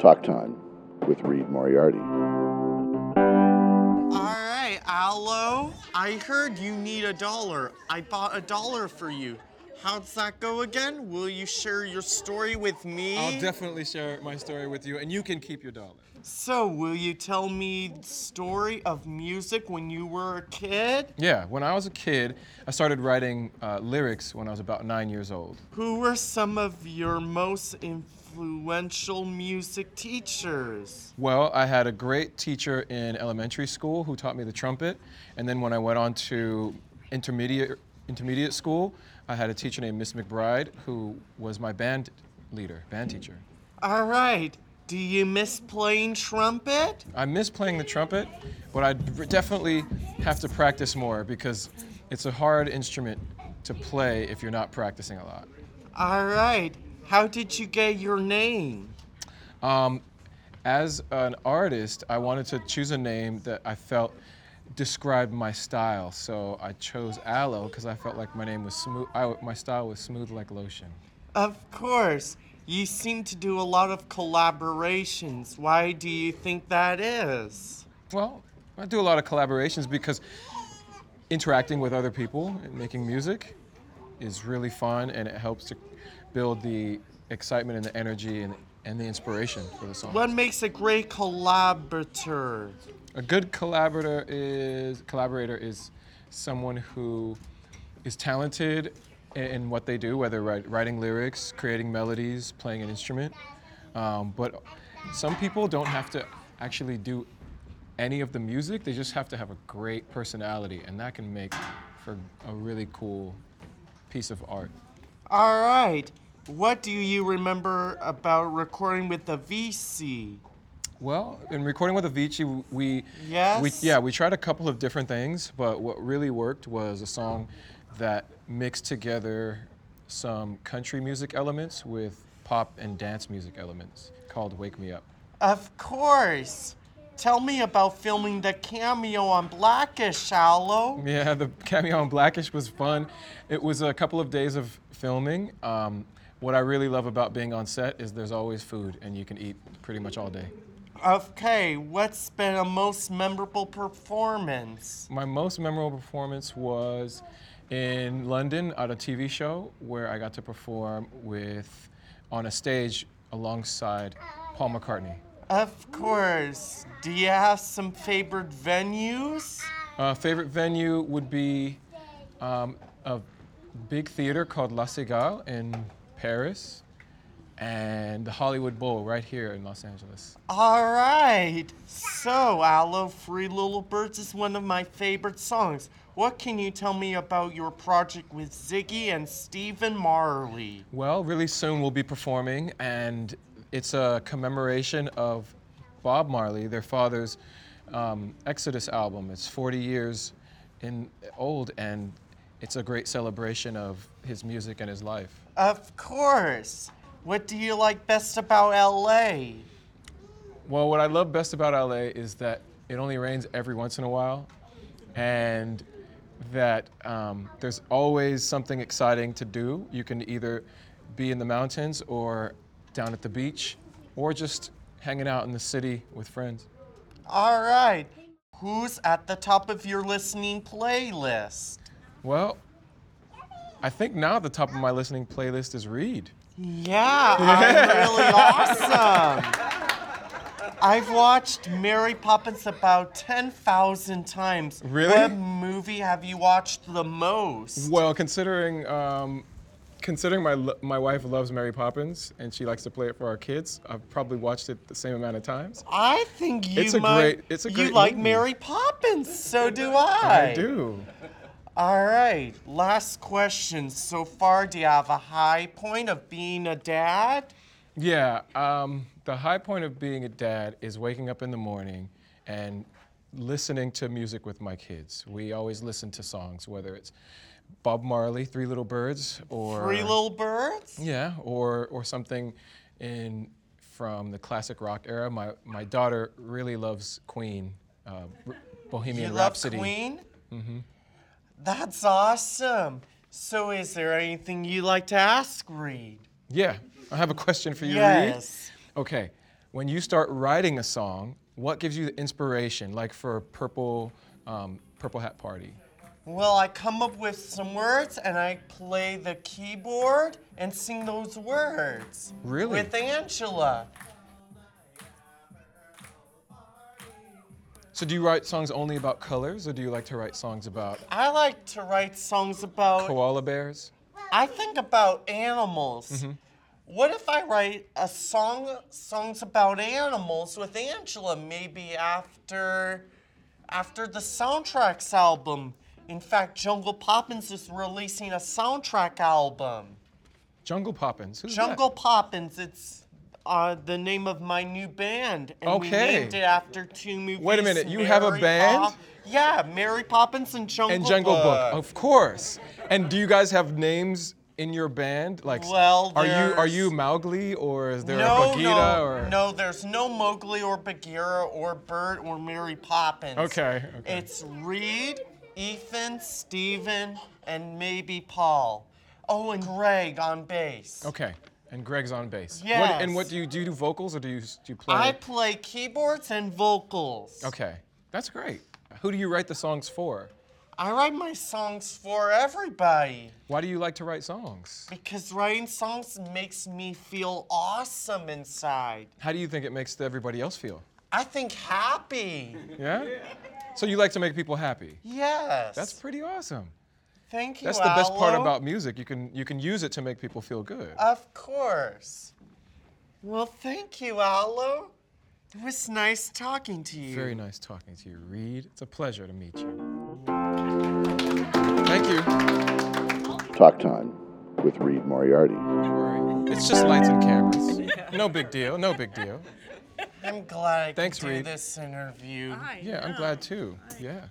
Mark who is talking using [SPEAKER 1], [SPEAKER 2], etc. [SPEAKER 1] Talk Time with Reed Moriarty.
[SPEAKER 2] All right, Aloe. I heard you need a dollar. I bought a dollar for you. How's that go again? Will you share your story with me?
[SPEAKER 3] I'll definitely share my story with you, and you can keep your dollar.
[SPEAKER 2] so, will you tell me the story of music when you were a kid?
[SPEAKER 3] Yeah, when I was a kid, I started writing uh, lyrics when I was about nine years old.
[SPEAKER 2] Who were some of your most influential music teachers?
[SPEAKER 3] Well, I had a great teacher in elementary school who taught me the trumpet, and then when I went on to intermediate intermediate school, I had a teacher named Miss McBride who was my band leader, band teacher.
[SPEAKER 2] All right. Do you miss playing trumpet?
[SPEAKER 3] I miss playing the trumpet, but I definitely have to practice more because it's a hard instrument to play if you're not practicing a lot.
[SPEAKER 2] All right. How did you get your name?
[SPEAKER 3] Um, as an artist, I wanted to choose a name that I felt described my style. So I chose Aloe because I felt like my name was smooth. I, my style was smooth like lotion.
[SPEAKER 2] Of course. You seem to do a lot of collaborations. Why do you think that is?
[SPEAKER 3] Well, I do a lot of collaborations because interacting with other people and making music is really fun, and it helps to build the excitement and the energy and, and the inspiration for the song.
[SPEAKER 2] What makes a great collaborator?
[SPEAKER 3] A good collaborator is collaborator is someone who is talented in, in what they do, whether write, writing lyrics, creating melodies, playing an instrument. Um, but some people don't have to actually do any of the music; they just have to have a great personality, and that can make for a really cool piece of art.
[SPEAKER 2] All right. What do you remember about recording with the VC?
[SPEAKER 3] Well, in recording with Avicii, we we
[SPEAKER 2] Yes?
[SPEAKER 3] yeah we tried a couple of different things, but what really worked was a song that mixed together some country music elements with pop and dance music elements called "Wake Me Up."
[SPEAKER 2] Of course. Tell me about filming the cameo on Blackish, Aloe.
[SPEAKER 3] Yeah, the cameo on Blackish was fun. It was a couple of days of filming. Um, what I really love about being on set is there's always food, and you can eat pretty much all day.
[SPEAKER 2] Okay, what's been a most memorable performance?
[SPEAKER 3] My most memorable performance was in London at a TV show where I got to perform with on a stage alongside Paul McCartney.
[SPEAKER 2] Of course. Do you have some favorite venues?
[SPEAKER 3] Uh, favorite venue would be um, a big theater called La Cigale in Paris and the Hollywood Bowl right here in Los Angeles.
[SPEAKER 2] All right. So, Aloe Free Little Birds is one of my favorite songs. What can you tell me about your project with Ziggy and Stephen Marley?
[SPEAKER 3] Well, really soon we'll be performing, and it's a commemoration of Bob Marley, their father's um, Exodus album. It's 40 years in old, and it's a great celebration of his music and his life.
[SPEAKER 2] Of course. What do you like best about LA?
[SPEAKER 3] Well, what I love best about LA is that it only rains every once in a while, and that um, there's always something exciting to do. You can either be in the mountains or down at the beach, or just hanging out in the city with friends.
[SPEAKER 2] All right. Who's at the top of your listening playlist?
[SPEAKER 3] Well, I think now at the top of my listening playlist is Reed.
[SPEAKER 2] Yeah, I'm really awesome. I've watched Mary Poppins about 10,000 times.
[SPEAKER 3] Really?
[SPEAKER 2] What movie have you watched the most?
[SPEAKER 3] Well, considering um, considering my lo- my wife loves Mary Poppins and she likes to play it for our kids, I've probably watched it the same amount of times.
[SPEAKER 2] I think you
[SPEAKER 3] It's a
[SPEAKER 2] might.
[SPEAKER 3] great- it's a
[SPEAKER 2] you
[SPEAKER 3] great
[SPEAKER 2] like
[SPEAKER 3] movie.
[SPEAKER 2] Mary Poppins, so do I.
[SPEAKER 3] I do.
[SPEAKER 2] All right, last question. So far, do you have a high point of being a dad?
[SPEAKER 3] Yeah, um, the high point of being a dad is waking up in the morning and listening to music with my kids. We always listen to songs, whether it's Bob Marley, Three Little Birds, or
[SPEAKER 2] Three little birds?
[SPEAKER 3] yeah, or or something in from the classic rock era. My my daughter really loves Queen, uh, R- Bohemian
[SPEAKER 2] You love
[SPEAKER 3] Rhapsody.
[SPEAKER 2] Queen? Mm-hmm. That's awesome. So, is there anything you like to ask Reed?
[SPEAKER 3] Yeah, I have a question for you, Reed.
[SPEAKER 2] yes.
[SPEAKER 3] Okay, when you start writing a song, what gives you the inspiration? Like for Purple, um, Purple Hat Party.
[SPEAKER 2] Well, I come up with some words and I play the keyboard and sing those words.
[SPEAKER 3] Really?
[SPEAKER 2] With Angela.
[SPEAKER 3] So do you write songs only about colors, or do you like to write songs about
[SPEAKER 2] I like to write songs about
[SPEAKER 3] koala bears?
[SPEAKER 2] I think about animals.
[SPEAKER 3] Mm-hmm.
[SPEAKER 2] What if I write a song songs about animals with Angela maybe after after the soundtracks album? In fact, Jungle Poppins is releasing a soundtrack album.
[SPEAKER 3] Jungle Poppins. Who's that?
[SPEAKER 2] Jungle Poppins, it's uh, the name of my new band, and we
[SPEAKER 3] Okay.
[SPEAKER 2] named it after two movies.
[SPEAKER 3] Wait a minute, you have a
[SPEAKER 2] Mary
[SPEAKER 3] band?
[SPEAKER 2] Pop- yeah, Mary Poppins and Jungle
[SPEAKER 3] and Jungle Book,
[SPEAKER 2] Book.
[SPEAKER 3] of course. And do you guys have names in your band? Like, s-
[SPEAKER 2] Well,
[SPEAKER 3] are you are
[SPEAKER 2] there's-
[SPEAKER 3] you Mowgli or is there a
[SPEAKER 2] no,
[SPEAKER 3] Bagheera
[SPEAKER 2] no,
[SPEAKER 3] or?
[SPEAKER 2] no. There's no Mowgli or Bagheera or Bert or Mary Poppins.
[SPEAKER 3] Okay, okay.
[SPEAKER 2] It's Reed, Ethan, Steven, and maybe Paul. Oh, and Greg on bass.
[SPEAKER 3] Okay. And Greg's on bass. What,
[SPEAKER 2] Yes.
[SPEAKER 3] and what do you do? You do vocals or do you s- do you play?
[SPEAKER 2] I play keyboards and vocals.
[SPEAKER 3] okay, that's great. Who do you write the songs for?
[SPEAKER 2] I write my songs for everybody
[SPEAKER 3] Why do you like to write songs?
[SPEAKER 2] because writing songs makes me feel awesome inside.
[SPEAKER 3] How do you think it makes everybody else feel?
[SPEAKER 2] I think happy.
[SPEAKER 3] Yeah. So you like to make people happy.
[SPEAKER 2] Yes.
[SPEAKER 3] That's pretty awesome.
[SPEAKER 2] Thank you.
[SPEAKER 3] That's the best part
[SPEAKER 2] Aloe.
[SPEAKER 3] about music. You can you can use it to make people feel good.
[SPEAKER 2] Of course. Well, thank you, Aloe. It was nice talking to you.
[SPEAKER 3] Very nice talking to you, Reed. It's a pleasure to meet you. Thank you.
[SPEAKER 1] Talk Time with Reed Moriarty.
[SPEAKER 3] Don't worry. It's just lights and cameras. No big deal. No big deal.
[SPEAKER 2] I'm glad I
[SPEAKER 3] Thanks,
[SPEAKER 2] could do
[SPEAKER 3] Reed.
[SPEAKER 2] this interview.
[SPEAKER 3] Yeah, I'm glad too. Yeah.